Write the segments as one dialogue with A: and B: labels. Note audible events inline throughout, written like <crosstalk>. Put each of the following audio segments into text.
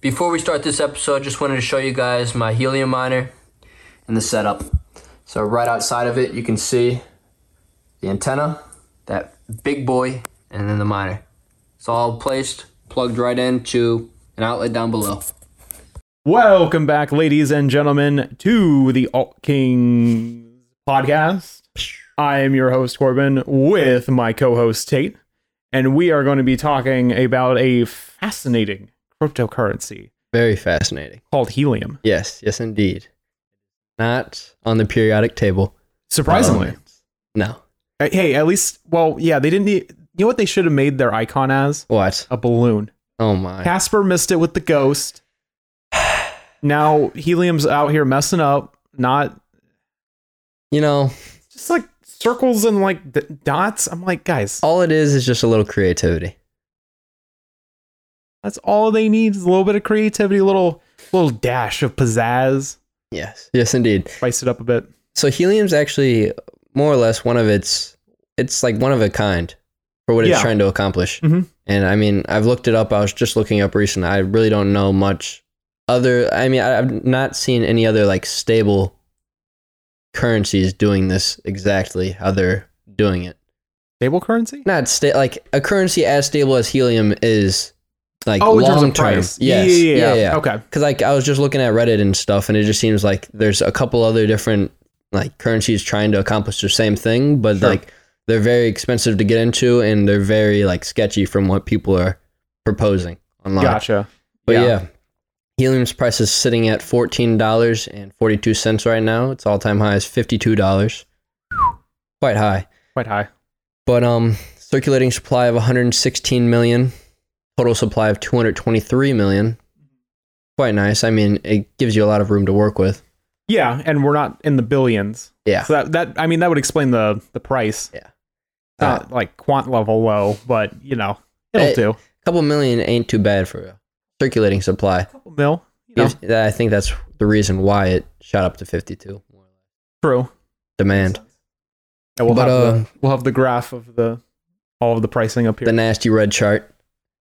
A: Before we start this episode, just wanted to show you guys my helium miner and the setup. So right outside of it, you can see the antenna, that big boy, and then the miner. It's all placed, plugged right into an outlet down below.
B: Welcome back, ladies and gentlemen, to the Alt Kings podcast. I am your host, Corbin, with my co host, Tate, and we are going to be talking about a fascinating cryptocurrency
C: Very fascinating.
B: called helium.
C: Yes, yes, indeed. Not on the periodic table.
B: Surprisingly,
C: Um, no.
B: Uh, hey, at least, well, yeah, they didn't need, you know what they should have made their icon as?
C: What?
B: A balloon.
C: Oh my.
B: Casper missed it with the ghost. Now, helium's out here messing up, not
C: You know,
B: just like circles and like d- dots. I'm like, guys,
C: all it is is just a little creativity.
B: that's all they need is a little bit of creativity, a little little dash of pizzazz,
C: Yes. Yes, indeed.
B: spice it up a bit.
C: So helium's actually more or less one of its. It's like one of a kind for what
B: Yeah.
C: it's trying to accomplish.
B: Mhm.
C: And I mean, I've looked it up. I was just looking up recently. I really don't know much other. I mean, I, I've not seen any other like stable currencies doing this exactly how they're doing it.
B: Stable currency?
C: not sta- like a currency as stable as helium is like
B: oh, in terms
C: long
B: of
C: term.
B: price.
C: Yes. Yeah,
B: yeah, yeah, yeah. Okay.
C: Cuz like I was just looking at Reddit and stuff and it just seems like there's a couple other different like currencies trying to accomplish the same thing but
B: Sure.
C: like they're very expensive to get into and they're very like sketchy from what people are proposing online.
B: Gotcha.
C: But
B: Yeah.
C: yeah. Helium's price is sitting at $14.42 right now. Its all-time high is $52. Quite high
B: Quite high.
C: but um circulating supply of 116 million total supply of 223 million quite nice i mean it gives you a lot of room to work with
B: Yeah, and we're not in the billions.
C: yeah
B: So that that I mean that would explain the the price.
C: Yeah.
B: It's
C: Uh,
B: not like quant level low, but you know, it'll
C: It-
B: do.
C: a couple million ain't too bad for a circulating supply
B: Couple mil. You know,
C: Gives- that- i think that's the reason why it shot up to 52
B: true.
C: demand
B: Yeah, we'll
C: But,
B: have
C: uh,
B: the, we'll have the graph of the all of the pricing up here.
C: the nasty red chart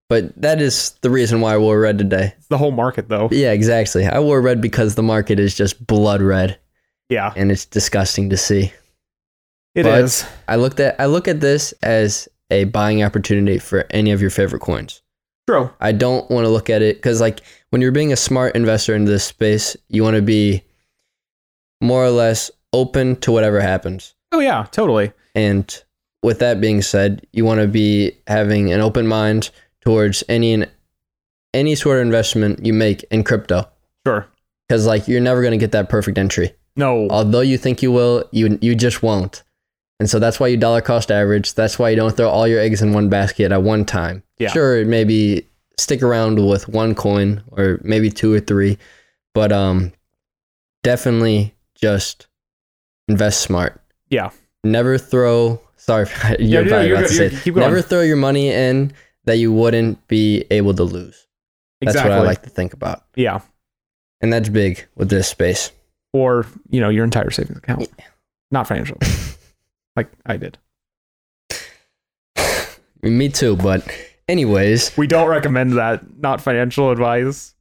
C: but that is the reason why i wore red today
B: It's the whole market though.
C: yeah exactly i wore red because the market is just blood red
B: Yeah,
C: and it's disgusting to see
B: it is.
C: but- I looked at I look at this as a buying opportunity for any of your favorite coins.
B: True.
C: I don't want to look at it because like when you're being a smart investor in this space, you want to be more or less open to whatever happens.
B: Oh yeah, totally.
C: And with that being said, you want to be having an open mind towards any any sort of investment you make in crypto
B: Sure.
C: because like you're never going to get that perfect entry.
B: No.
C: although you think you will, you you just won't. And so that's why you dollar cost average. That's why you don't throw all your eggs in one basket at one time.
B: Yeah.
C: Sure, maybe stick around with one coin or maybe two or three, but um, definitely just invest smart.
B: Yeah.
C: Never throw. Sorry, <laughs> you're
B: yeah,
C: probably
B: you're
C: about
B: good,
C: to
B: you're-
C: say.
B: keep going.
C: Never throw your money in that you wouldn't be able to lose. That's
B: exactly.
C: what I like to think about,
B: Yeah.
C: and that's big with this space. <laughs>
B: Or you know your entire savings account, not financial, like I did.
C: <laughs> Me too, but anyways.
B: We don't recommend that. Not financial advice.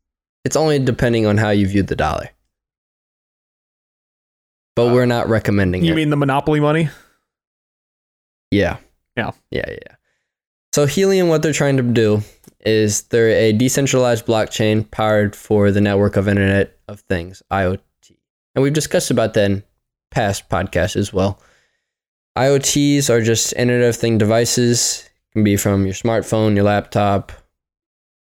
C: It's only depending on how you view the dollar. But we're not recommending
B: Uh, You
C: it.
B: mean the monopoly money?
C: yeah.
B: Yeah.
C: Yeah, yeah. So Helium what they're trying to do is they're a decentralized blockchain powered for the network of Internet of Things, IoT. And we've discussed about that in past podcasts as well. IoTs are just Internet of Thing devices. can be from your smartphone, your laptop,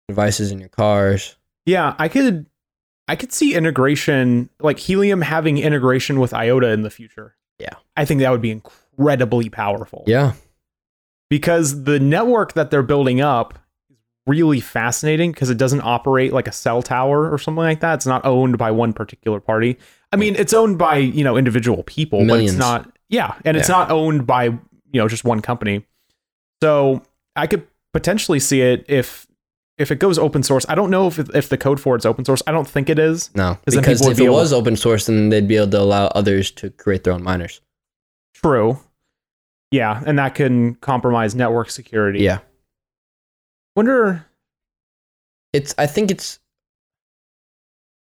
C: devices in your cars.
B: Yeah, I could. I could see integration, like helium having integration with IOTA in the future.
C: Yeah.
B: I think that would be incredibly powerful.
C: Yeah.
B: because the network that they're building up is really fascinating because it doesn't operate like a cell tower or something like that. It's not owned by one particular party. I mean, it's owned by, you know, individual people,
C: Millions.
B: but it's not yeah, and it's not owned by, you know, just one company. So, I could potentially see it if if it goes open source. I don't know if if the code for it's open source. I don't think it is.
C: No,
B: 'Cause then
C: because
B: people would
C: if
B: be
C: it
B: able-
C: was open source, then they'd be able to allow others to create their own miners.
B: True. Yeah, and that can compromise network security.
C: Yeah,
B: Wonder
C: it's. I think it's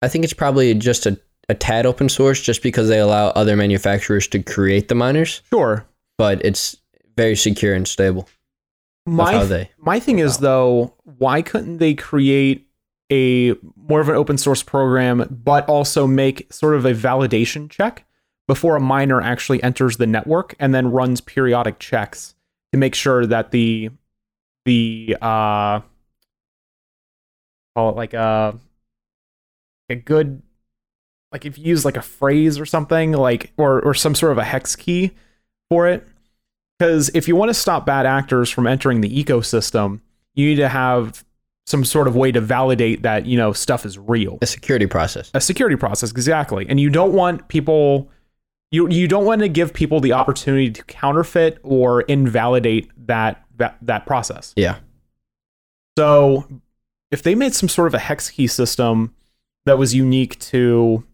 C: I think it's probably just a, a tad open source just because they allow other manufacturers to create the miners,
B: Sure.
C: but it's very secure and stable.
B: My
C: how they
B: my thing is
C: out.
B: though, why couldn't they create a more of an open source program, but also make sort of a validation check before a miner actually enters the network and then runs periodic checks to make sure that the the uh call it like a a good like if you use like a phrase or something like or or some sort of a hex key for it because if you want to stop bad actors from entering the ecosystem you need to have some sort of way to validate that you know stuff is real
C: A security process.
B: a security process exactly and you don't want people you you don't want to give people the opportunity to counterfeit or invalidate that that, that process
C: Yeah.
B: so if they made some sort of a hex key system that was unique to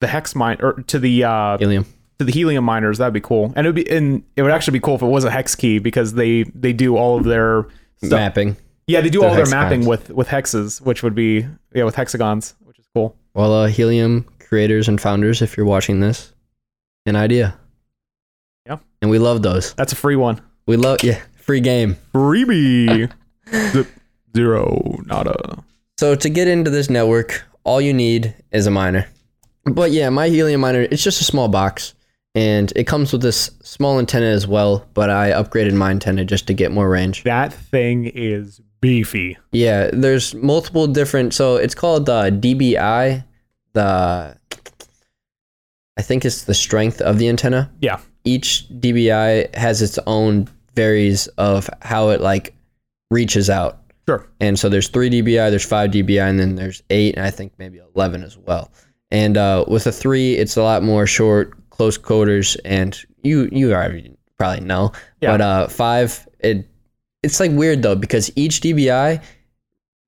B: the hex mine or to the uh,
C: Helium.
B: to the helium miners, that'd be cool. And it would be and it would actually be cool if it was a hex key because they they do all of their stuff.
C: Mapping.
B: Yeah, they do
C: Their
B: all their
C: hexagons.
B: mapping with with hexes, which would be yeah with hexagons, which is cool.
C: Well, uh, Helium creators and founders, if you're watching this, an idea.
B: Yeah.
C: And we love those.
B: That's a free one.
C: We love, yeah, free game.
B: Freebie <laughs> Zip, zero nada.
C: So to get into this network, all you need is a miner. But yeah, my helium miner, it's just a small box and it comes with this small antenna as well, but I upgraded my antenna just to get more range.
B: That thing is beefy.
C: Yeah, there's multiple different so it's called the DBI, the I think it's the strength of the antenna.
B: Yeah.
C: Each DBI has its own varies of how it like reaches out.
B: Sure.
C: And so there's three DBI, there's five DBI, and then there's eight, and I think maybe 11 as well. And uh, with a three, it's a lot more short, close quarters, and you you already probably know.
B: Yeah.
C: But uh, five, it it's like weird though because each DBI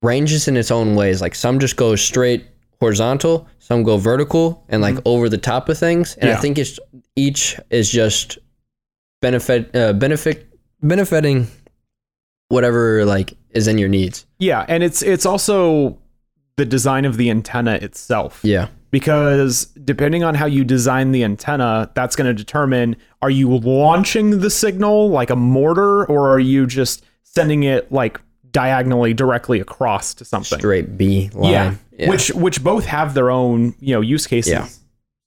C: ranges in its own ways. Like some just go straight horizontal, some go vertical, and like over the top of things. And I
B: Mm-hmm. Yeah.
C: think it's each is just benefit uh, benefit benefiting whatever like is in your needs.
B: Yeah, and it's it's also the design of the antenna itself.
C: Yeah.
B: because depending on how you design the antenna, that's going to determine are you launching the signal like a mortar or are you just sending it like diagonally directly across to something?
C: Straight B line.
B: Yeah. Which which both have their own, you know, use cases.
C: Yeah.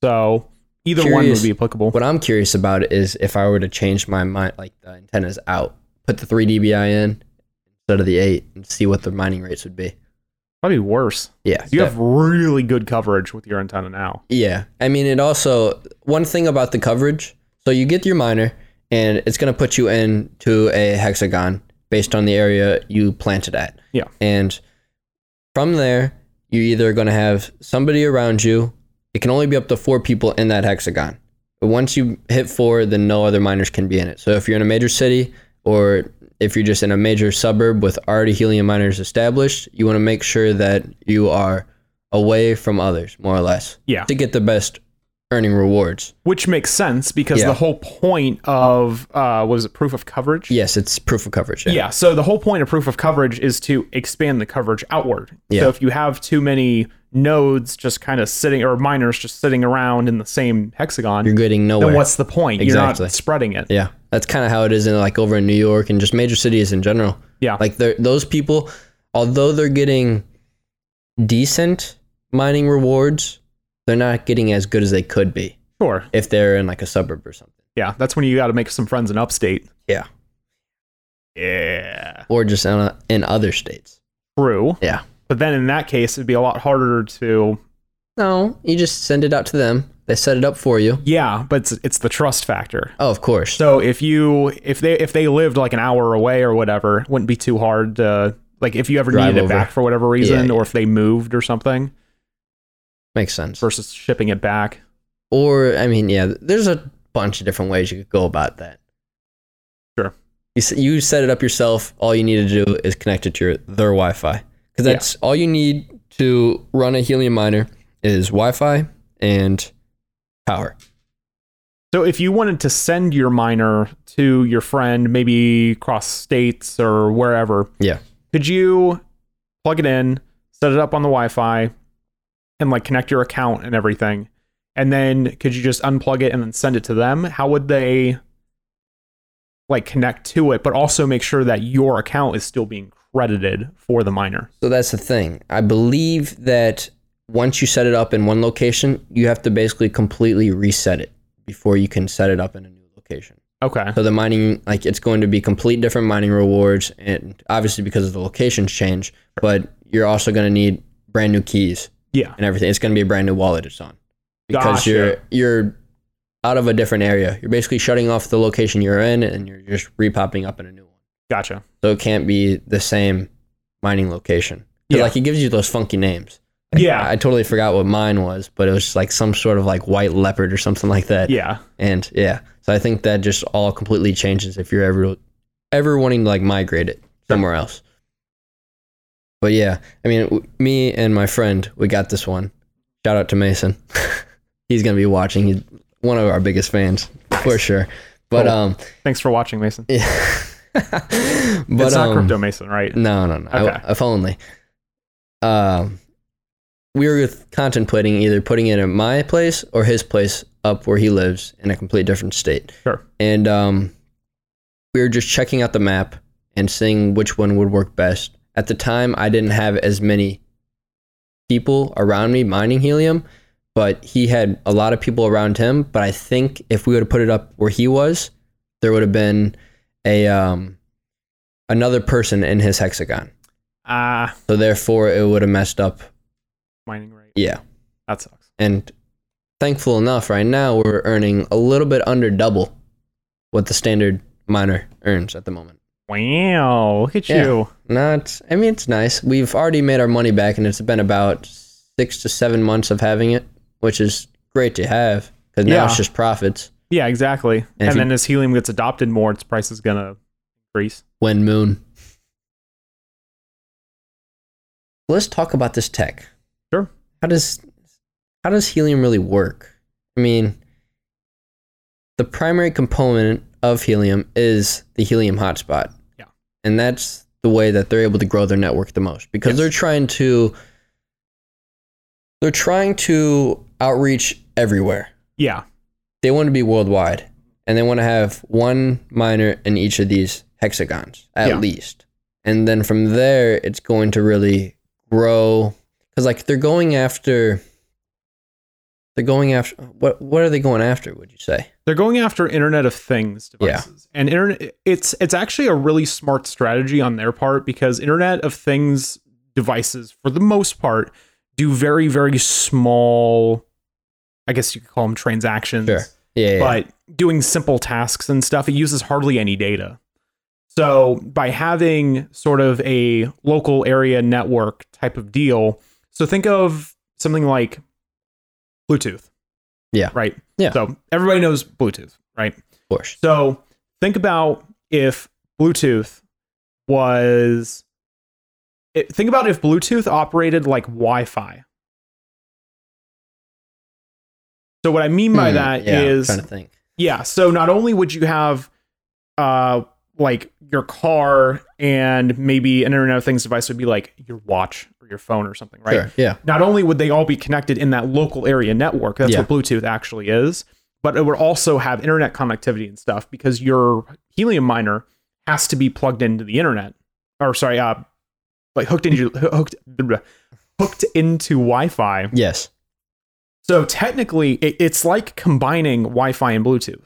B: So either one would
C: Curious-
B: be applicable.
C: what I'm curious about is if I were to change my mind, like the antennas out, put the three dBi in instead of the eight, and see what the mining rates would be.
B: Probably worse.
C: Yeah,
B: You
C: that-
B: have really good coverage with your antenna now.
C: Yeah. I mean, it also, one thing about the coverage so you get your miner, and it's going to put you into a hexagon based on the area you planted at.
B: Yeah.
C: And from there, you're either going to have somebody around you. It can only be up to four people in that hexagon. But once you hit four, then no other miners can be in it. So if you're in a major city or if you're just in a major suburb with already helium miners established, you want to make sure that you are away from others, more or less
B: Yeah.
C: to get the best earning rewards.
B: Which makes sense because
C: Yeah.
B: the whole point of uh what was it proof of coverage?
C: Yes, it's proof of coverage.
B: Yeah. So the whole point of proof of coverage is to expand the coverage outward.
C: Yeah.
B: So if you have too many nodes just kind of sitting or miners just sitting around in the same hexagon,
C: You're getting nowhere.
B: then what's the point? You're
C: Exactly.
B: not spreading it.
C: yeah, that's kind of how it is in like over in New York and just major cities in general.
B: Yeah.
C: Like they're, those people, although they're getting decent mining rewards, they're not getting as good as they could be
B: Sure.
C: if they're in like a suburb or something.
B: Yeah. That's when you got to make some friends in upstate.
C: Yeah.
B: Yeah.
C: Or just in, a, in other states.
B: True.
C: Yeah.
B: But then in that case, it'd be a lot harder to.
C: No, you just send it out to them. They set it up for you.
B: Yeah. But it's, it's the trust factor.
C: Oh, of course.
B: So if you if they if they lived like an hour away or whatever, it wouldn't be too hard to like if you ever
C: Drive
B: needed
C: over.
B: it back for whatever reason,
C: yeah.
B: or if they moved or something.
C: Makes sense.
B: versus shipping it back.
C: or I mean, yeah, there's a bunch of different ways you could go about that.
B: Sure.
C: You s- you set it up yourself. All you need to do is connect it to your, their Wi-Fi because
B: Yeah.
C: that's all you need to run a helium miner is Wi-Fi and power.
B: So if you wanted to send your miner to your friend, maybe across states or wherever,
C: Yeah.
B: could you plug it in, set it up on the Wi-Fi, and like connect your account and everything. And then could you just unplug it and then send it to them? How would they like connect to it, but also make sure that your account is still being credited for the miner?
C: So that's the thing. I believe that once you set it up in one location, you have to basically completely reset it before you can set it up in a new location.
B: Okay.
C: So the mining, like it's going to be complete different mining rewards, and obviously because of the locations change, but you're also going to need brand new keys
B: Yeah.
C: and everything. It's going to be a brand new wallet it's on because
B: Gotcha.
C: you're you're out of a different area. You're basically shutting off the location you're in, and you're just repopping up in a new one.
B: Gotcha.
C: So it can't be the same mining location. 'Cause,
B: Yeah.
C: Like it gives you those funky names. Like,
B: Yeah.
C: I totally forgot what mine was, but it was like some sort of like white leopard or something like that.
B: Yeah.
C: And yeah, so I think that just all completely changes if you're ever ever wanting to like migrate it somewhere else. But yeah, I mean, w- me and my friend, we got this one. Shout out to Mason. <laughs> He's gonna be watching. He's one of our biggest fans for sure. But
B: Cool.
C: um, <laughs>
B: Thanks for watching, Mason.
C: yeah. but
B: it's not
C: um,
B: crypto Mason, right?
C: no, no, no. I-
B: Okay.
C: if only. Um, we were contemplating either putting it at my place or his place up where he lives in a complete different state.
B: Sure.
C: And um, we were just checking out the map and seeing which one would work best. At the time, I didn't have as many people around me mining helium, but he had a lot of people around him. But I think if we would have put it up where he was, there would have been a um, another person in his hexagon.
B: Ah,
C: So therefore, it would have messed up.
B: mining rate.
C: Yeah,
B: That sucks.
C: and thankful enough, right now we're earning a little bit under double what the standard miner earns at the moment.
B: Wow. Look at
C: Yeah.
B: you.
C: Not, I mean, it's nice. We've already made our money back, and it's been about six to seven months of having it, which is great to have because now
B: Yeah.
C: it's just profits.
B: Yeah, exactly. And,
C: if you-
B: then as helium gets adopted more, its price is gonna increase.
C: When moon. Let's talk about this tech.
B: Sure.
C: How does how does helium really work? I mean, the primary component of helium is the helium hotspot.
B: Yeah.
C: And that's the way that they're able to grow their network the most because
B: Yes.
C: they're trying to they're trying to outreach everywhere
B: Yeah.
C: they want to be worldwide and they want to have one miner in each of these hexagons at
B: Yeah.
C: least and then from there it's going to really grow because like they're going after they're going after what what are they going after would you say
B: They're going after Internet of Things
C: Yeah.
B: devices. And internet it's it's actually a really smart strategy on their part because Internet of Things devices for the most part do very very small I guess you could call them transactions.
C: Sure. yeah, yeah,
B: but doing simple tasks and stuff, it uses hardly any data. So by having sort of a local area network type of deal, so think of something like Bluetooth.
C: Yeah.
B: Right.
C: Yeah.
B: So everybody knows Bluetooth, right?
C: of course
B: So think about if Bluetooth was. it- Think about if Bluetooth operated like Wi Fi. So, what I mean by
C: Hmm,
B: that is.
C: yeah, I'm trying to think
B: Yeah. So not only would you have, uh, like your car and maybe an Internet of Things device would be like your watch or your phone or something, right?
C: sure yeah
B: Not only would they all be connected in that local area network, that's
C: Yeah.
B: what Bluetooth actually is, but it would also have internet connectivity and stuff because your helium miner has to be plugged into the internet, or sorry, uh, like hooked into hooked <laughs> hooked into Wi-Fi.
C: yes
B: So technically, it, it's like combining Wi Fi and Bluetooth.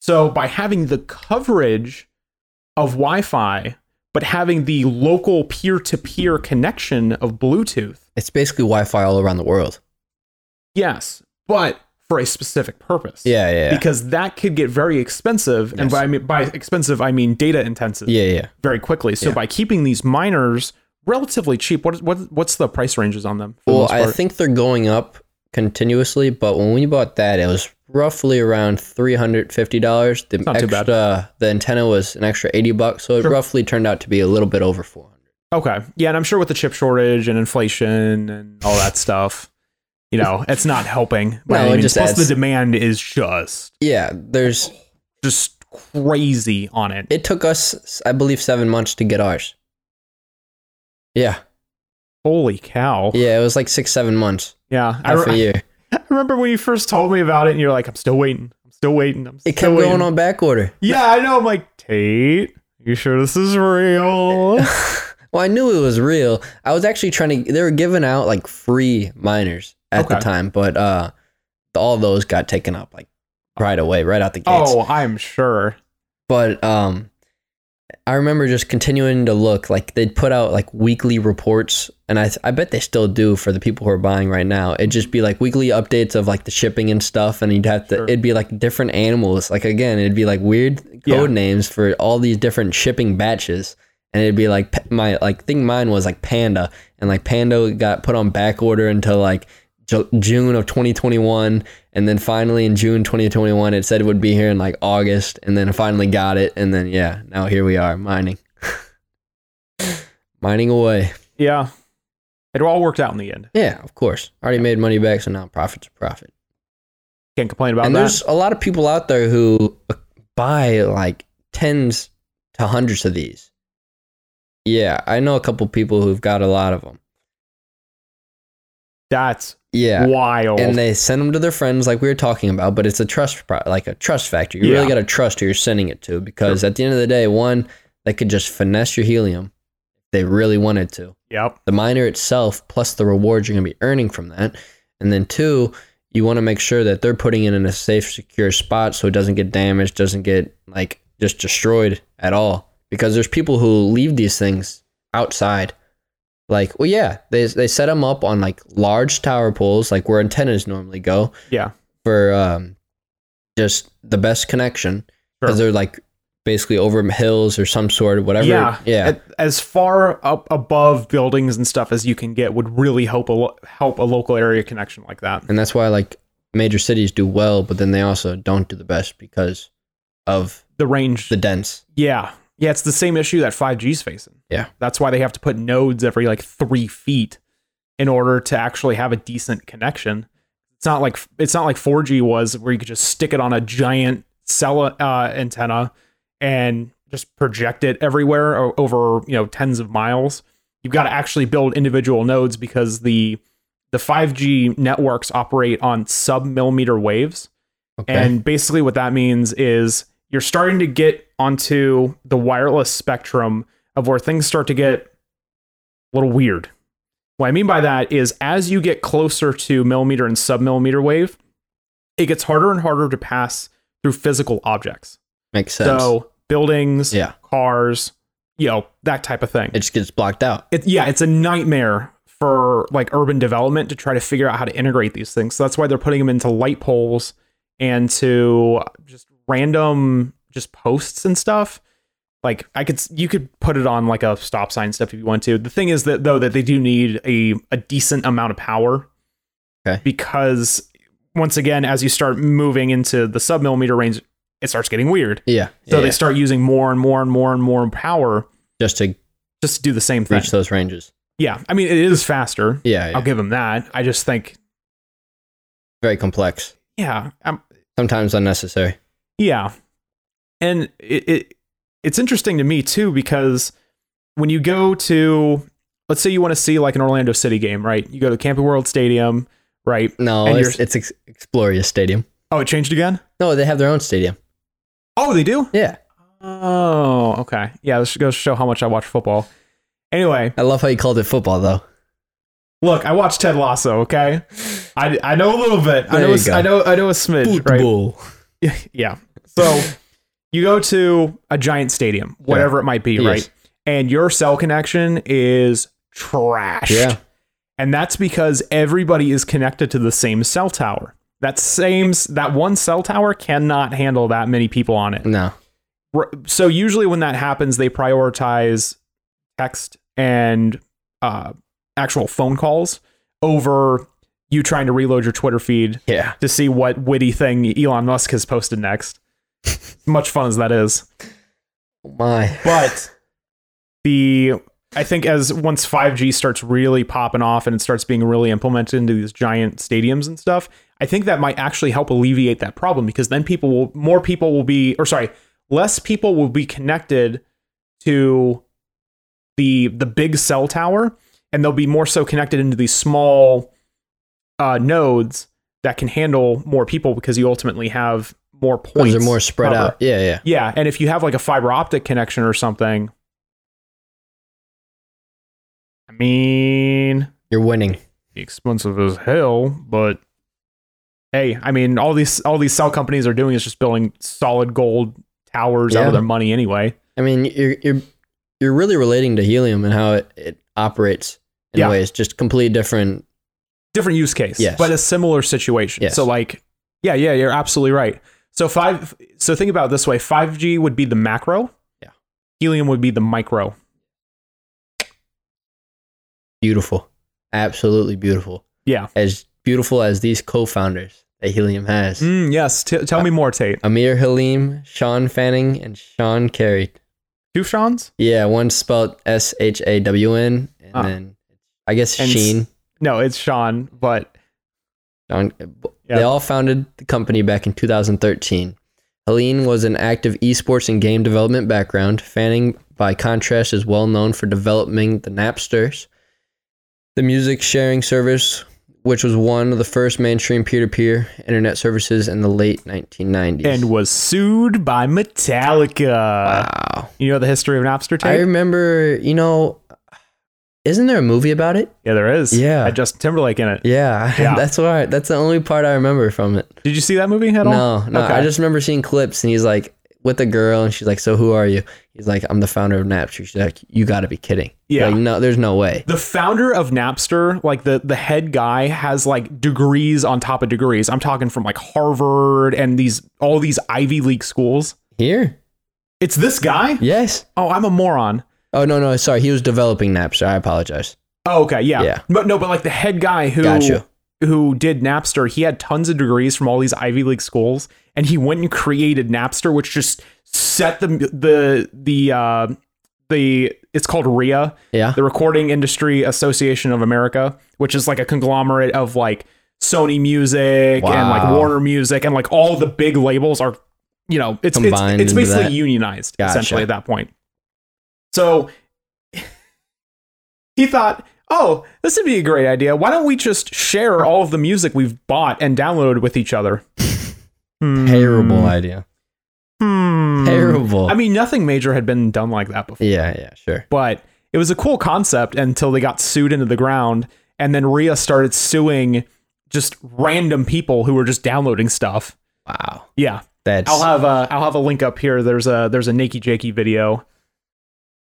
B: So by having the coverage of Wi Fi, but having the local peer to peer connection of Bluetooth,
C: it's basically wi-fi all around the world
B: yes, but for a specific purpose.
C: yeah yeah yeah
B: Because that could get very expensive. And
C: Yes.
B: by, I mean, by expensive, I mean data intensive
C: yeah yeah
B: very quickly. So
C: Yeah. by
B: by keeping these miners relatively cheap, what, what, what's the price ranges on them?
C: well i think they're going up continuously but when we bought that it was roughly around $350 the
B: Not too bad.
C: extra the antenna was an extra 80 bucks so it
B: Sure.
C: roughly turned out to be a little bit over 400
B: Okay. Yeah, and I'm sure with the chip shortage and inflation and all that stuff, you know, it's not helping.
C: No,
B: by any
C: it
B: means.
C: just
B: Plus,
C: adds-
B: the demand is just
C: yeah there's
B: just crazy on it.
C: it took us i believe seven months to get ours yeah
B: Holy cow!
C: yeah it was like six seven months
B: Yeah, Oh. I,
C: half a
B: <laughs> re-
C: year.
B: I remember when you first told me about it, and you're like, "I'm still waiting. I'm still waiting. I'm still
C: It kept
B: waiting.
C: going on back order.
B: Yeah, I know. I'm like, Tate, you sure this is real?
C: <laughs> Well, I knew it was real. I was actually trying to. They were giving out like free minors at the
B: Okay.
C: time, but uh, all those got taken up like right away, right out the gates.
B: oh, I'm sure.
C: but um i remember just continuing to look like they'd put out like weekly reports and i i bet they still do for the people who are buying right now it'd just be like weekly updates of like the shipping and stuff and you'd have to
B: Sure.
C: it'd be like different animals like again it'd be like weird code
B: Yeah.
C: names for all these different shipping batches and it'd be like p- my like thing mine was like panda and like panda got put on back order until like Ju- June of 2021, and then finally in June 2021, it said it would be here in like August, and then I finally got it, and then yeah, now here we are mining, <laughs> mining away.
B: Yeah, it all worked out in the end.
C: Yeah, of course, already made money back, so now profit's a profit.
B: Can't complain about
C: and
B: that.
C: there's a lot of people out there who uh, buy like tens to hundreds of these. Yeah, I know a couple people who've got a lot of them.
B: That's
C: Yeah,
B: wild.
C: and they send them to their friends like we were talking about but it's a trust pro- like a trust factor you really
B: Yeah.
C: got to trust who you're sending it to because at the end of the day one they could just finesse your helium if they really wanted to
B: yep.
C: the miner itself plus the rewards you're going to be earning from that and then two you want to make sure that they're putting it in a safe secure spot so it doesn't get damaged doesn't get like just destroyed at all because there's people who leave these things outside like well yeah they, they set them up on like large tower poles like where antennas normally go
B: Yeah.
C: for um just the best connection
B: Sure.
C: because they're like basically over hills or some sort of whatever
B: Yeah.
C: yeah
B: A- As far up above buildings and stuff as you can get would really help a lo- help a local area connection like that.
C: and that's why like major cities do well but then they also don't do the best because of
B: The range.
C: the dense
B: yeah. Yeah, it's the same issue that 5G's facing.
C: Yeah.
B: That's why they have to put nodes every like 3 feet in order to actually have a decent connection. It's not like it's not like 4G was where you could just stick it on a giant cell uh, antenna and just project it everywhere o- over, you know, tens of miles. You've got to actually build individual nodes because the the 5G networks operate on sub millimeter waves.
C: okay
B: And basically, what that means is you're starting to get onto the wireless spectrum of where things start to get a little weird. What I mean by that is, as you get closer to millimeter and submillimeter wave, it gets harder and harder to pass through physical objects.
C: makes sense
B: So, buildings,
C: Yeah.
B: cars, you know, that type of thing
C: it just gets blocked out
B: it, yeah, it's a nightmare for like urban development to try to figure out how to integrate these things. So that's why they're putting them into light poles and to just random just posts and stuff. Like I could, s- you could put it on like a stop sign stuff if you want to. The thing is that though that they do need a a decent amount of power,
C: Okay.
B: because once again, as you start moving into the sub millimeter range, it starts getting weird.
C: yeah
B: So
C: yeah,
B: they
C: yeah.
B: start using more and more and more and more power
C: just to
B: just to do the same thing.
C: reach those ranges
B: Yeah, I mean it is faster.
C: yeah, yeah.
B: I'll give him that. I just think,
C: very complex
B: yeah, um,
C: sometimes unnecessary
B: yeah, and it, it it's interesting to me too because when you go to, let's say you want to see like an Orlando City game, right? You go to Camping World Stadium, right?
C: no
B: And
C: it's, it's ex- Exploria stadium
B: Oh, it changed again.
C: no they have their own stadium
B: Oh, they do.
C: yeah
B: Oh, okay. Yeah, this goes to show how much I watch football. Anyway,
C: i love how you called it football though
B: look, I watched Ted Lasso. Okay, I, I know a little bit. I
C: There
B: know
C: you
B: a s-
C: go.
B: I know I know a smidge. Right?
C: football
B: yeah. So <laughs> you go to a giant stadium, whatever it might be,
C: Yes.
B: right? And your cell connection is trash.
C: yeah
B: And that's because everybody is connected to the same cell tower. That same that one cell tower cannot handle that many people on it.
C: no
B: R- So usually when that happens, they prioritize text and uh, actual phone calls over you trying to reload your Twitter feed
C: yeah
B: to see what witty thing Elon Musk has posted next. Much fun as that is.
C: Oh my
B: But the I think as once 5G starts really popping off and it starts being really implemented into these giant stadiums and stuff, I think that might actually help alleviate that problem because then people will more people will be or sorry, less people will be connected to the the big cell tower and they'll be more so connected into these small uh, nodes that can handle more people because you ultimately have more points.
C: Because they're more spread
B: cover.
C: out. Yeah, yeah.
B: Yeah, and if you have like a fiber optic connection or something, I mean,
C: You're winning.
B: expensive as hell, but hey, I mean, all these all these cell companies are doing is just building solid gold towers out
C: Yeah.
B: of their money anyway.
C: I mean, you're you're you're really relating to helium and how it, it operates in
B: Yeah.
C: a way. It's just completely different.
B: Different use case,
C: Yes.
B: but a similar situation.
C: Yes.
B: So like, yeah, yeah, you're absolutely right. So five. So think about it this way: five G would be the macro.
C: Yeah.
B: Helium would be the micro.
C: Beautiful. Absolutely beautiful.
B: Yeah.
C: As beautiful as these co-founders that helium has.
B: Mm, yes. T- tell me more, Tate.
C: Amir Halim, Sean Fanning, and Sean Carey.
B: Two Sean's?
C: Yeah, one spelled S H A W N, and
B: Ah.
C: then I guess
B: And s-
C: Sheen.
B: No, it's Sean, but
C: John,
B: Yeah.
C: They all founded the company back in 2013. Helene was an active esports and game development background. Fanning, by contrast, is well known for developing the Napsters, the music sharing service, which was one of the first mainstream peer to peer internet services in the late 1990s.
B: and was sued by Metallica.
C: wow.
B: You know the history of Napster
C: I
B: tape?
C: remember, you know, isn't there a movie about it?
B: yeah, there is.
C: Yeah.
B: Had Justin Timberlake in it.
C: Yeah, <laughs>
B: Yeah.
C: that's why. That's the only part I remember from it.
B: Did you see that movie at all?
C: No, no.
B: Okay.
C: I just remember seeing clips, and he's like with a girl, and she's like, "So who are you?" He's like, "I'm the founder of Napster." She's like, "You got to be kidding!"
B: Yeah.
C: like, no, there's no way.
B: The founder of Napster, like the the head guy, has like degrees on top of degrees. I'm talking from like Harvard and these all these Ivy League schools.
C: Here,
B: It's this guy?
C: yes.
B: Oh, I'm a moron.
C: Oh no, no, sorry. He was developing Napster. I apologize.
B: Oh, okay, yeah.
C: Yeah.
B: But no, but like the head guy who
C: Gotcha.
B: who did Napster, he had tons of degrees from all these Ivy League schools, and he went and created Napster, which just set the the the uh, the it's called RIA,
C: Yeah,
B: the Recording Industry Association of America, which is like a conglomerate of like Sony Music and like
C: Wow.
B: Warner Music and like all the big labels are, you know, it's it's,
C: Combined
B: it's
C: into
B: basically
C: that.
B: unionized
C: Gotcha.
B: essentially at that point. So <laughs> he thought, oh, this would be a great idea. Why don't we just share all of the music we've bought and downloaded with
C: <laughs>
B: each other? Hmm.
C: terrible idea.
B: Hmm.
C: Terrible.
B: I mean, nothing major had been done like that before
C: yeah, yeah, sure.
B: but it was a cool concept until they got sued into the ground and then Rhea started suing just random people who were just downloading stuff.
C: Wow,
B: Yeah.
C: that's
B: I'll have a I'll have a link up here. There's a there's a Nakey Jakey video.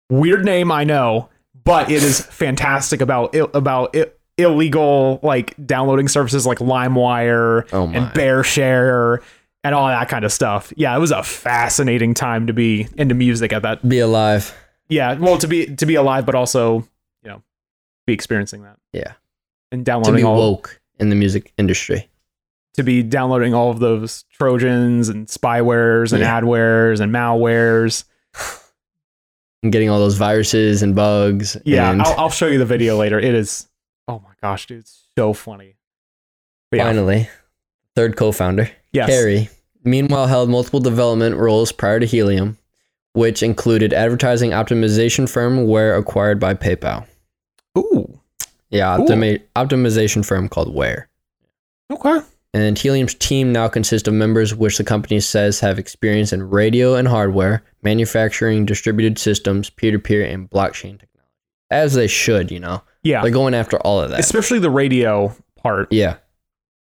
B: Weird name, I know, but it is fantastic about ill- about i- illegal like downloading services like LimeWire
C: Oh
B: and
C: my.
B: BearShare and all that kind of stuff. Yeah, it was a fascinating time to be into music at that
C: be alive.
B: yeah well to be to be alive but also you know be experiencing that
C: Yeah,
B: and
C: to be
B: downloading all
C: woke in the music industry.
B: to be downloading all of those trojans and spywares and
C: Yeah.
B: adwares and malwares
C: And getting all those viruses and bugs.
B: yeah
C: and
B: I'll, I'll show you the video later it is oh my gosh dude it's so funny but yeah
C: finally, third co-founder.
B: yes
C: Carey, meanwhile, held multiple development roles prior to Helium, which included advertising optimization firm Ware acquired by PayPal.
B: ooh
C: Yeah, optimi- optimization firm called Ware.
B: okay
C: And Helium's team now consists of members which the company says have experience in radio and hardware, manufacturing, distributed systems, peer to peer, and blockchain technology. As they should, you know.
B: yeah
C: They're going after all of that.
B: especially the radio part
C: yeah,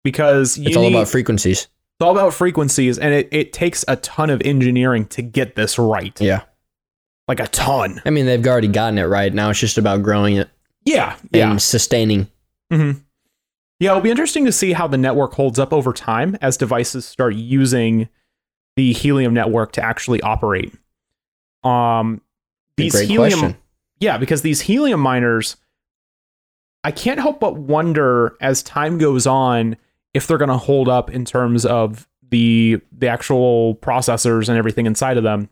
B: because you
C: it's all
B: need-
C: about frequencies.
B: it's all about frequencies and it, it takes a ton of engineering to get this right
C: Yeah.
B: like a ton
C: I mean, they've already gotten it right. Now it's just about growing it
B: yeah yeah
C: and sustaining.
B: hmm Yeah, it'll be interesting to see how the network holds up over time as devices start using the helium network to actually operate. Um, these
C: Great
B: helium,
C: question.
B: yeah, because these helium miners, I can't help but wonder as time goes on if they're going to hold up in terms of the the actual processors and everything inside of them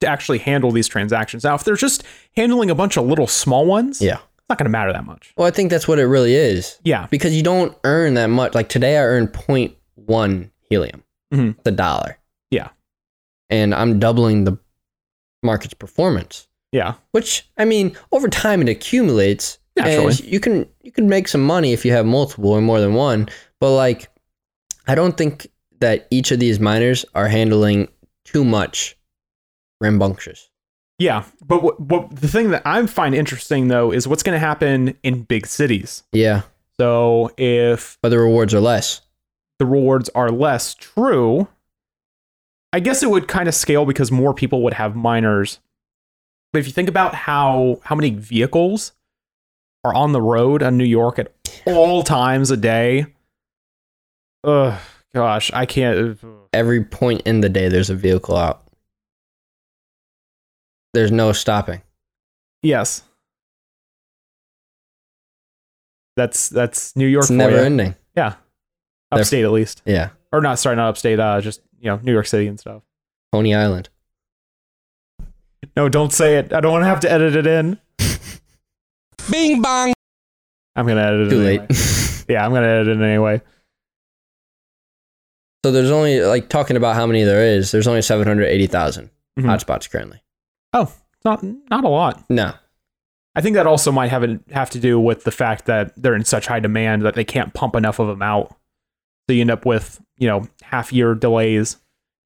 B: to actually handle these transactions. Now, if they're just handling a bunch of little small ones,
C: Yeah.
B: it's not going to matter that much.
C: Well, I think that's what it really is
B: Yeah.
C: because you don't earn that much. Like today, I earned 0.1 helium,
B: Mhm.
C: the dollar.
B: Yeah.
C: And I'm doubling the market's performance,
B: Yeah.
C: which I mean, over time it accumulates
B: Naturally.
C: And you can you can make some money if you have multiple or more than one, but like I don't think that each of these miners are handling too much rambunctious.
B: Yeah, but what, what the thing that I find interesting though is what's going to happen in big cities.
C: Yeah,
B: So if
C: but the rewards are less.
B: the rewards are less true, I guess it would kind of scale because more people would have miners. But if you think about how how many vehicles are on the road in New York at all times a day, ugh, gosh, I can't.
C: Every point in the day there's a vehicle out. There's no stopping.
B: Yes, that's that's New York.
C: It's
B: for
C: never
B: ya.
C: ending.
B: Yeah.
C: They're-
B: Upstate at least.
C: Yeah.
B: Or not, sorry, not upstate, uh just, you know, New York City and stuff.
C: Pony Island.
B: No, don't say it. I don't want to have to edit it in.
C: <laughs> Bing bong.
B: I'm going to edit it
C: Too
B: anyway.
C: late. <laughs> so
B: Yeah, I'm going to edit it anyway.
C: there's only like talking about how many there is. There's only 780,000
B: Mhm.
C: hotspots currently.
B: It's not not a lot.
C: No.
B: I think that also might have it have to do with the fact that they're in such high demand that they can't pump enough of them out. So you end up with, you know, half year delays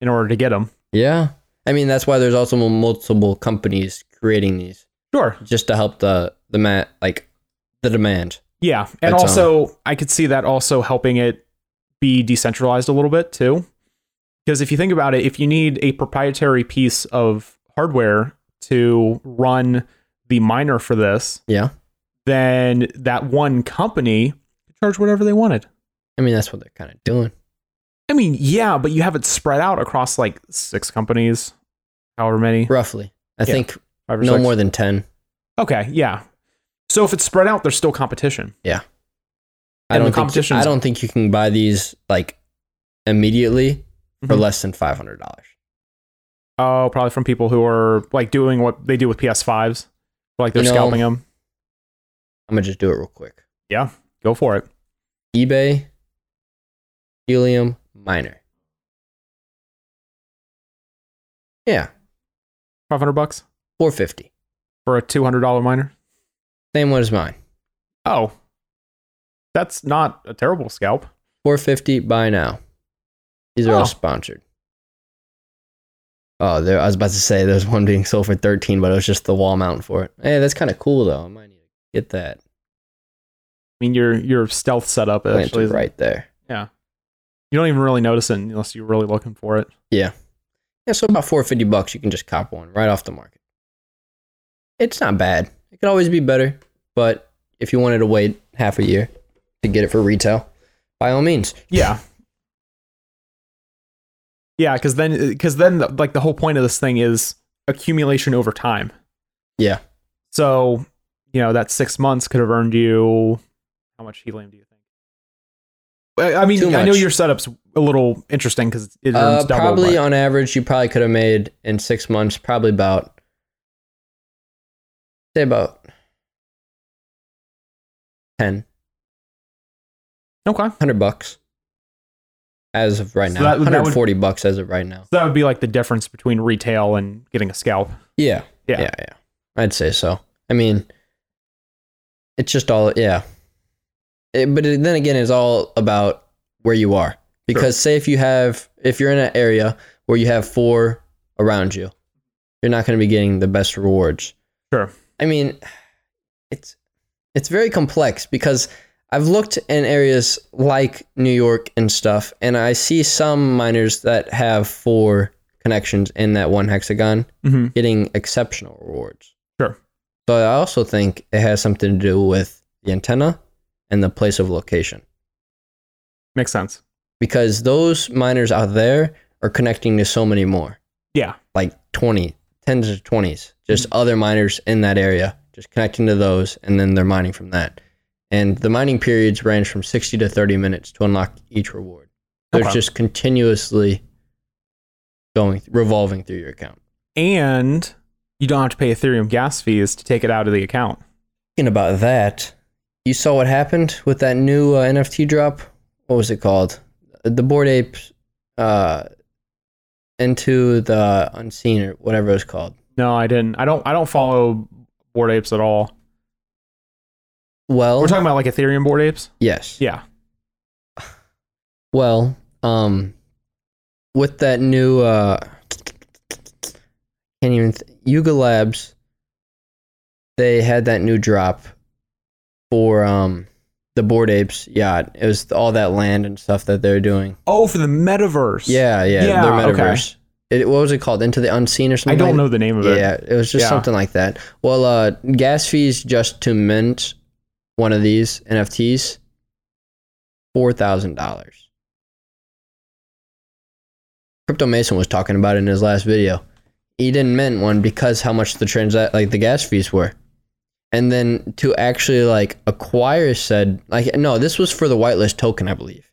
B: in order to get them.
C: Yeah. I mean, that's why there's also multiple companies creating these
B: Sure.
C: just to help the the ma- like the demand.
B: Yeah. And
C: That's, um,
B: also, I could see that also helping it be decentralized a little bit too. Because if you think about it, if you need a proprietary piece of hardware to run the miner for this,
C: Yeah.
B: then that one company could charge whatever they wanted.
C: I mean, that's what they're kind of doing.
B: I mean, yeah, but you have it spread out across like six companies, however many.
C: Roughly. I
B: Yeah.
C: think
B: five or
C: no
B: six.
C: more than 10.
B: Okay, yeah. So if it's spread out, there's still competition.
C: I
B: And the
C: don't think
B: competition's-
C: I don't think you can buy these like immediately for
B: Mhm.
C: less than $500.
B: Oh, probably from people who are like doing what they do with PS5s, like they're
C: You know-
B: scalping them.
C: I'm going to just do it real quick.
B: Go for it.
C: eBay helium miner. Yeah,
B: Five hundred bucks
C: 450.
B: for a two hundred dollar miner.
C: Same one as mine.
B: Oh, that's not a terrible scalp.
C: 450 buy now. These are
B: Oh.
C: all sponsored. Oh, there I was about to say there's one being sold for 13, but it was just the wall mount for it. Hey, that's kind of cool though. I might need to get that
B: I mean, your your stealth setup actually.
C: planted
B: is-
C: right there.
B: You don't even really notice it unless you're really looking for it.
C: Yeah, so about 450 bucks you can just cop one right off the market. It's not bad. It could always be better, but if you wanted to wait half a year to get it for retail, by all means.
B: Yeah. Yeah, because then, because then, like the whole point of this thing is accumulation over time.
C: Yeah.
B: So, you know, that six months could have earned you how much helium do you think? I I mean,
C: Too
B: I know
C: much.
B: your setup's a little interesting because it earns
C: Uh,
B: double.
C: probably
B: but-
C: on average, you probably could have made in six months probably about say about 10,
B: okay.
C: 100 bucks as of right
B: So
C: now.
B: that would- that would-
C: 140 bucks as of right now.
B: So that would be like the difference between retail and getting a scalp.
C: Yeah,
B: Yeah.
C: yeah, yeah. I'd say so. I mean, it's just all yeah. It- but it- then again, it's all about where you are. Because say if you have if you're in an area where you have four around you, you're not going to be getting the best rewards.
B: Sure.
C: I mean, it's it's very complex because I've looked in areas like New York and stuff, and I see some miners that have four connections in that one hexagon
B: Mm-hmm.
C: getting exceptional rewards.
B: Sure.
C: So I also think it has something to do with the antenna and the place of location
B: Makes sense.
C: because those miners out there are connecting to so many more.
B: Yeah.
C: Like 20, 10s to 20s, just
B: Mm-hmm.
C: other miners in that area, just connecting to those and then they're mining from that. And the mining periods range from 60 to 30 minutes to unlock each reward. So
B: Okay.
C: it's just continuously going revolving through your account.
B: And you don't have to pay Ethereum gas fees to take it out of the account.
C: Speaking about that, you saw what happened with that new uh, NFT drop. What was it called? The board ape uh, into the unseen or whatever it was called.
B: No, I didn't. I don't. I don't follow board apes at all.
C: Well,
B: We're talking about like Ethereum board apes.
C: yes.
B: Yeah.
C: Well, um, with that new uh, can't even th- Yuga Labs, they had that new drop for um the Board Apes yacht. It was all that land and stuff that they're doing.
B: Oh, for the metaverse.
C: Yeah, yeah,
B: Yeah,
C: their
B: okay.
C: metaverse. It, what was it called? Into the Unseen or
B: I
C: something?
B: don't
C: like
B: know the name of it.
C: Yeah, it was just
B: Yeah.
C: something like that. Well, uh, gas fees just to mint one of these NFTs, four thousand dollars. Crypto Mason was talking about it in his last video. He didn't mint one because how much the transa- like the gas fees were, and then to actually like acquire said like no, this was for the whitelist token, I believe,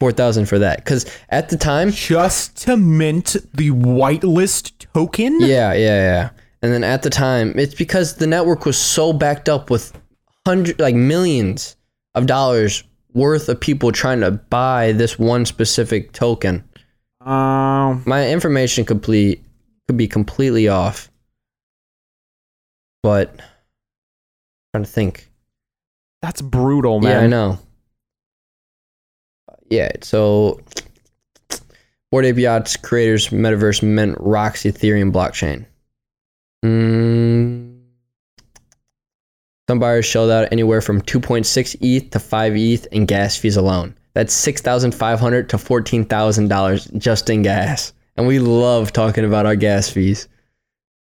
C: four thousand for that. Because at the time,
B: Just to mint the whitelist token.
C: Yeah, yeah, yeah. And then at the time, it's because the network was so backed up with hundred like millions of dollars worth of people trying to buy this one specific token.
B: Um,
C: My information complete could be completely off. But I'm trying to think.
B: that's brutal, man.
C: Yeah, I know. Yeah, so Board Ape Yacht's creators metaverse meant rocks Ethereum blockchain. Mm. Some buyers shelled out anywhere from 2.6 ETH E to 5 ETH in gas fees alone. That's $6,500 to $14,000 just in gas. And we love talking about our gas fees.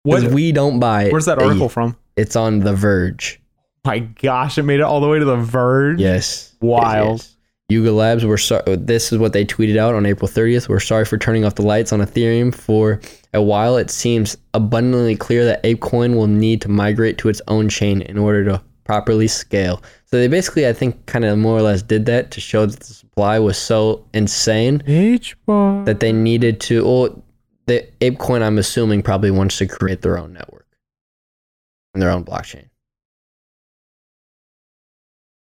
C: Because
B: What,
C: we don't buy
B: where's that
C: ETH.
B: article from?
C: It's on The Verge.
B: My gosh, it made it all the way to the verge.
C: Yes.
B: Wild.
C: Yes. Yuga Labs were sorry. This is what they tweeted out on April 30th. We're sorry for turning off the lights on Ethereum for a while. It seems abundantly clear that ApeCoin will need to migrate to its own chain in order to properly scale. So they basically, I think, kind of more or less did that to show that the supply was so insane
B: H bar.
C: that they needed to. Well, the ApeCoin, I'm assuming, probably wants to create their own network and their own blockchain.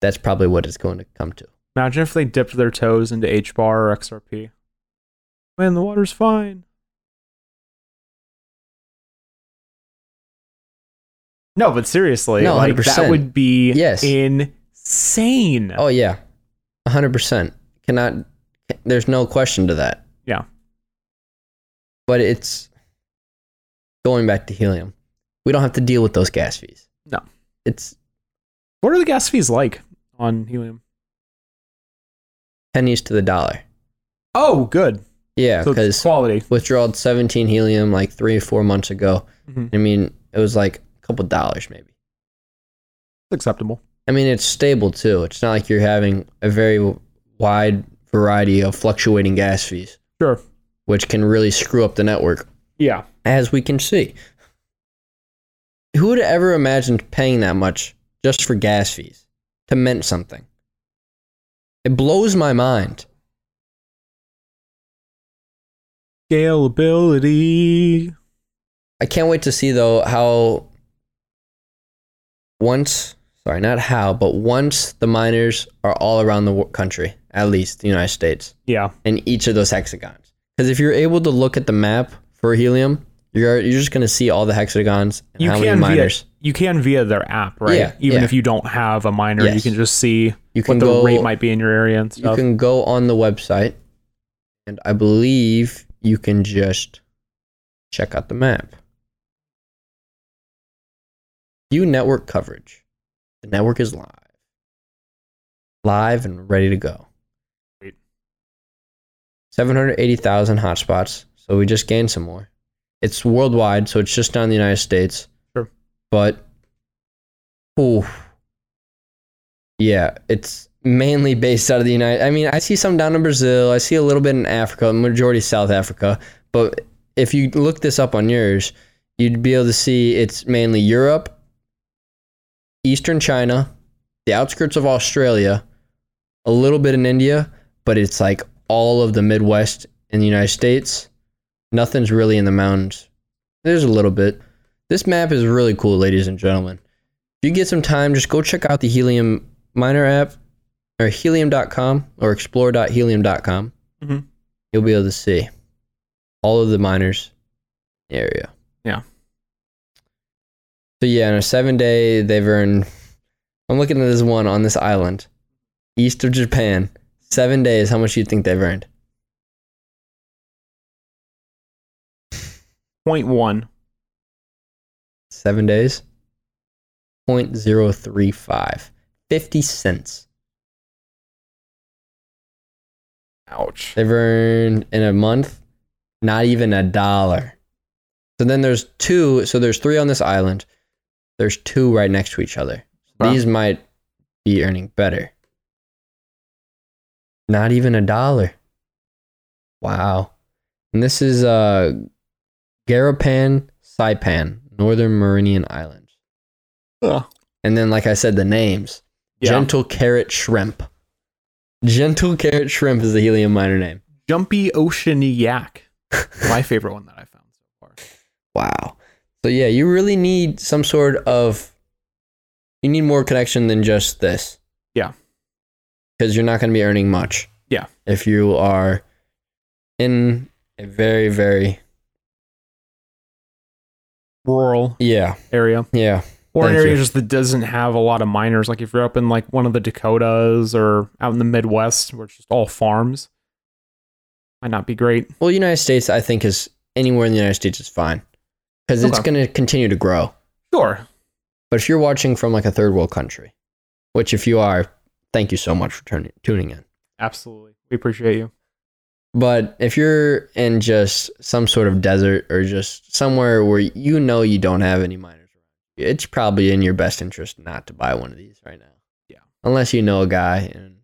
C: That's probably what it's going to come to.
B: Imagine if they dipped their toes into H bar or XRP. Man, the water's fine. No, but seriously,
C: No,
B: like
C: 100%.
B: that would be
C: Yes.
B: insane.
C: Oh yeah, hundred percent. Cannot. There's no question to that.
B: Yeah.
C: But it's going back to helium. We don't have to deal with those gas fees.
B: No.
C: It's
B: What are the gas fees like on helium?
C: pennies to the dollar.
B: Oh, good.
C: Yeah,
B: so it's
C: because
B: quality.
C: withdrawal 17 helium like three or four months ago.
B: Mhm.
C: I mean, it was like a couple dollars maybe.
B: It's acceptable.
C: I mean, it's stable too. It's not like you're having a very wide variety of fluctuating gas fees,
B: Sure.
C: which can really screw up the network.
B: Yeah.
C: as we can see. Who would have ever imagined paying that much just for gas fees to mint something? It blows my mind.
B: Scalability.
C: I can't wait to see though how once, sorry, not how, but once the miners are all around the wo- country, at least the United States,
B: Yeah.
C: in each of those hexagons. Because if you're able to look at the map for helium, you're you're just gonna see all the hexagons and
B: you
C: how
B: can
C: many miners.
B: via you can via their app, right?
C: Yeah,
B: Even
C: yeah.
B: if you don't have a miner, you
C: Yes.
B: can just see
C: You
B: what
C: can
B: the
C: go
B: rate might be in your area and
C: you
B: stuff.
C: can go on the website and i believe you can just check out the map view network coverage the network is live live and ready to go
B: Great.
C: 780000 hotspots so we just gained some more it's worldwide so it's just not in the united states
B: Sure.
C: but ooh yeah, it's mainly based out of the United. I mean, I see some down in Brazil. I see a little bit in Africa, majority South Africa. But if you look this up on yours, you'd be able to see it's mainly Europe, Eastern China, the outskirts of Australia, a little bit in India, but it's like all of the Midwest in the United States. Nothing's really in the mountains. There's a little bit. This map is really cool, ladies and gentlemen. If you get some time, just go check out the Helium Miner app or helium.com or explore.helium.com.
B: Mhm.
C: You'll be able to see all of the miners in the area.
B: Yeah.
C: So, yeah, in a seven day, they've earned I'm looking at this one on this island, east of Japan. Seven days. How much do you think they've earned?
B: Point one.
C: Seven days. 0.035. 50 cents.
B: Ouch.
C: They've earned in a month, not even a dollar. So then there's two. So there's three on this island. There's two right next to each other.
B: Wow.
C: These might be earning better. Not even a dollar. Wow. And this is uh, Garapan, Saipan, Northern Meridian Island.
B: Ugh.
C: And then, like I said, the names.
B: Yeah.
C: Gentle Carrot Shrimp. Gentle Carrot Shrimp is the helium minor name.
B: Jumpy Ocean Yak. My favorite one that I found so far.
C: Wow. So yeah, you really need some sort of you need more connection than just this.
B: Yeah.
C: Cuz you're not going to be earning much.
B: Yeah.
C: If you are in a very very
B: Rural
C: yeah,
B: area.
C: yeah.
B: Or an
C: Thank
B: area
C: you.
B: just that doesn't have a lot of miners. Like if you're up in like one of the Dakotas or out in the Midwest where it's just all farms. Might not be great.
C: Well, United States I think is anywhere in the United States is fine. Cuz it's
B: Okay.
C: going to continue to grow.
B: Sure.
C: But if you're watching from like a third world country, which if you are, thank you so much for turning, tuning in.
B: Absolutely. We appreciate you.
C: But if you're in just some sort of desert or just somewhere where you know you don't have any miners around, it's probably in your best interest not to buy one of these right now.
B: Yeah.
C: Unless you know a guy in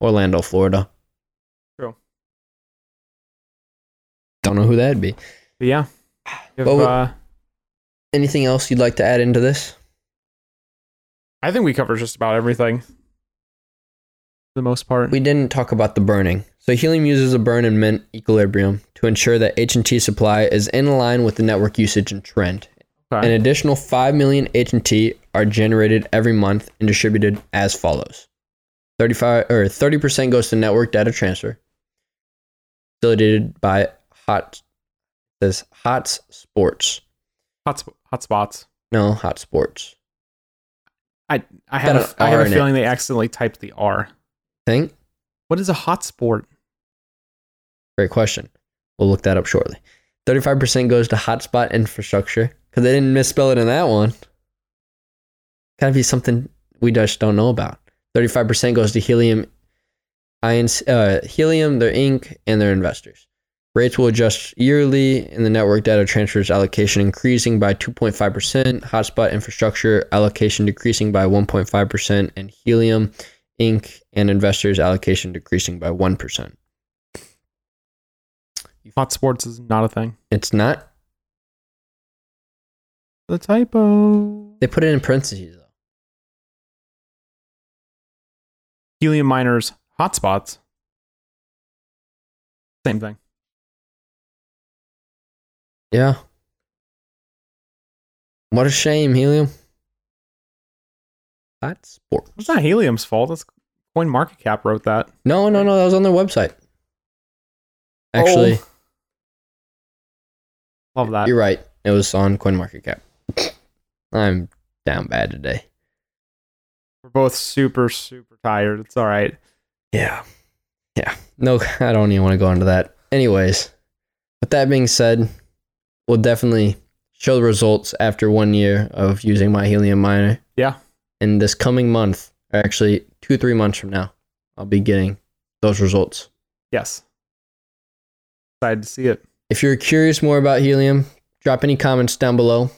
C: Orlando, Florida.
B: True.
C: Don't know who that'd be.
B: But yeah. If,
C: Well, we-
B: uh,
C: Anything else you'd like to add into this?
B: I think we covered just about everything. For the most part.
C: We didn't talk about the burning. So helium uses a burn and mint equilibrium to ensure that H&T supply is in line with the network usage and trend.
B: Okay.
C: An additional 5 million H&T are generated every month and distributed as follows. 35 or 30% goes to network data transfer facilitated by Hot says Hots Sports.
B: hot, sp- hot spots.
C: No, Hot Sports.
B: I I had a,
C: Got a
B: I had
C: R
B: a
C: in it.
B: feeling they accidentally typed the R.
C: Think?
B: What is a hot sport?
C: Great question. We'll look that up shortly. 35% goes to hotspot infrastructure because they didn't misspell it in that one. Gotta be something we just don't know about. 35% goes to helium, ions, uh, helium, their inc, and their investors. Rates will adjust yearly, and the network data transfers allocation increasing by 2.5%, hotspot infrastructure allocation decreasing by 1.5%, and helium, inc, and investors allocation decreasing by 1%.
B: Hot sports is not a thing.
C: It's not
B: The typo.
C: They put it in parentheses though.
B: Helium miners hot spots. Same thing.
C: Yeah. What a shame, Helium. Hot sports.
B: It's not helium's fault. That's Coin Market Cap wrote that.
C: No, no, no. That was on their website. Actually,
B: Oh. love that.
C: you're right. It was on CoinMarketCap. I'm down bad today.
B: We're both super super tired. It's all right.
C: Yeah. Yeah. No, <laughs> I don't even want to go into that. Anyways, with that being said, we'll definitely show the results after one year of using my helium miner.
B: Yeah.
C: In this coming month, or actually two, three months from now, I'll be getting those results.
B: Yes. Excited to see it.
C: If you're curious more about helium, drop any comments down below.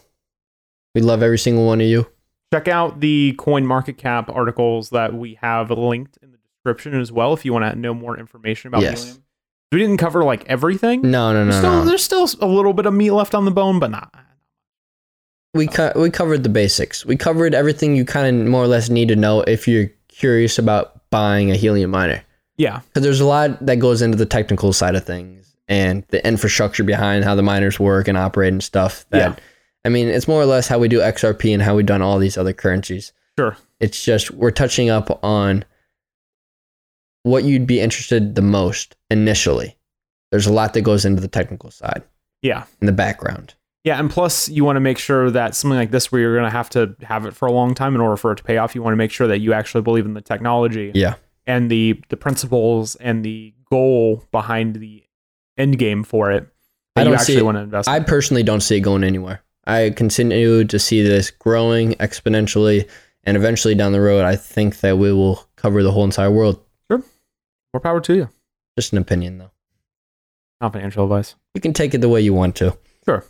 C: We love every single one of you.
B: check out the coin market cap articles that we have linked in the description as well if you want to know more information about
C: Yes.
B: helium we didn't cover like everything
C: No, no,
B: there's, still,
C: no, no.
B: there's still a little bit of meat left on the bone but not Oh.
C: We co- we covered the basics. We covered everything you kind of more or less need to know if you're curious about buying a helium miner.
B: yeah
C: because there's a lot that goes into the technical side of things and the infrastructure behind how the miners work and operate and stuff. That
B: Yeah.
C: I mean, it's more or less how we do XRP and how we've done all these other currencies.
B: Sure.
C: It's just we're touching up on what you'd be interested the most initially. There's a lot that goes into the technical side
B: yeah
C: in the background.
B: Yeah, and plus you want to make sure that something like this, where you're going to have to have it for a long time in order for it to pay off, you want to make sure that you actually believe in the technology
C: Yeah.
B: and the the principles and the goal behind the end game for it. That
C: I
B: you
C: don't see
B: actually
C: it.
B: want to invest.
C: I
B: in.
C: personally don't see it going anywhere. I continue to see this growing exponentially, and eventually down the road, I think that we will cover the whole entire world.
B: More power to you.
C: Just an opinion, though.
B: Not financial advice.
C: You can take it the way you want to.
B: Sure.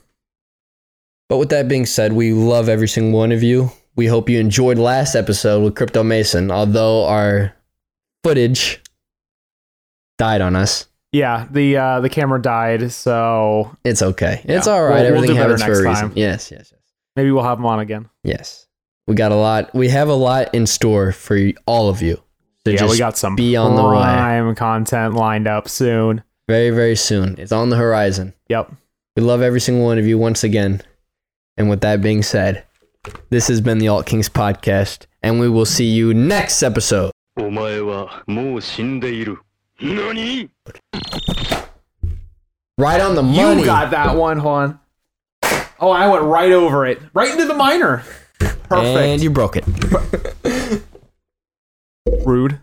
C: But with that being said, we love every single one of you. We hope you enjoyed last episode with Crypto Mason, although our footage died on us.
B: Yeah, the uh, the camera died, so
C: It's okay. It's
B: Yeah.
C: all
B: We'll-
C: right.
B: we'll do
C: Everything
B: better
C: happens for
B: next
C: a
B: time.
C: reason. Yes, yes, yes.
B: maybe we'll have him on again.
C: Yes. We got a lot. We have a lot in store for all of you. So
B: yeah,
C: just
B: we got some
C: be on the way.
B: prime content lined up soon.
C: very, very soon. It's on the horizon.
B: Yep.
C: We love every single one of you once again. And with that being said, this has been the Alt Kings podcast, and we will see you next episode.
D: お前はもう死んでいる。何
C: Right on the money.
B: You got that one, hold on. Oh, I went right over it, right into the minor. Perfect.
C: And you broke it.
B: Rude.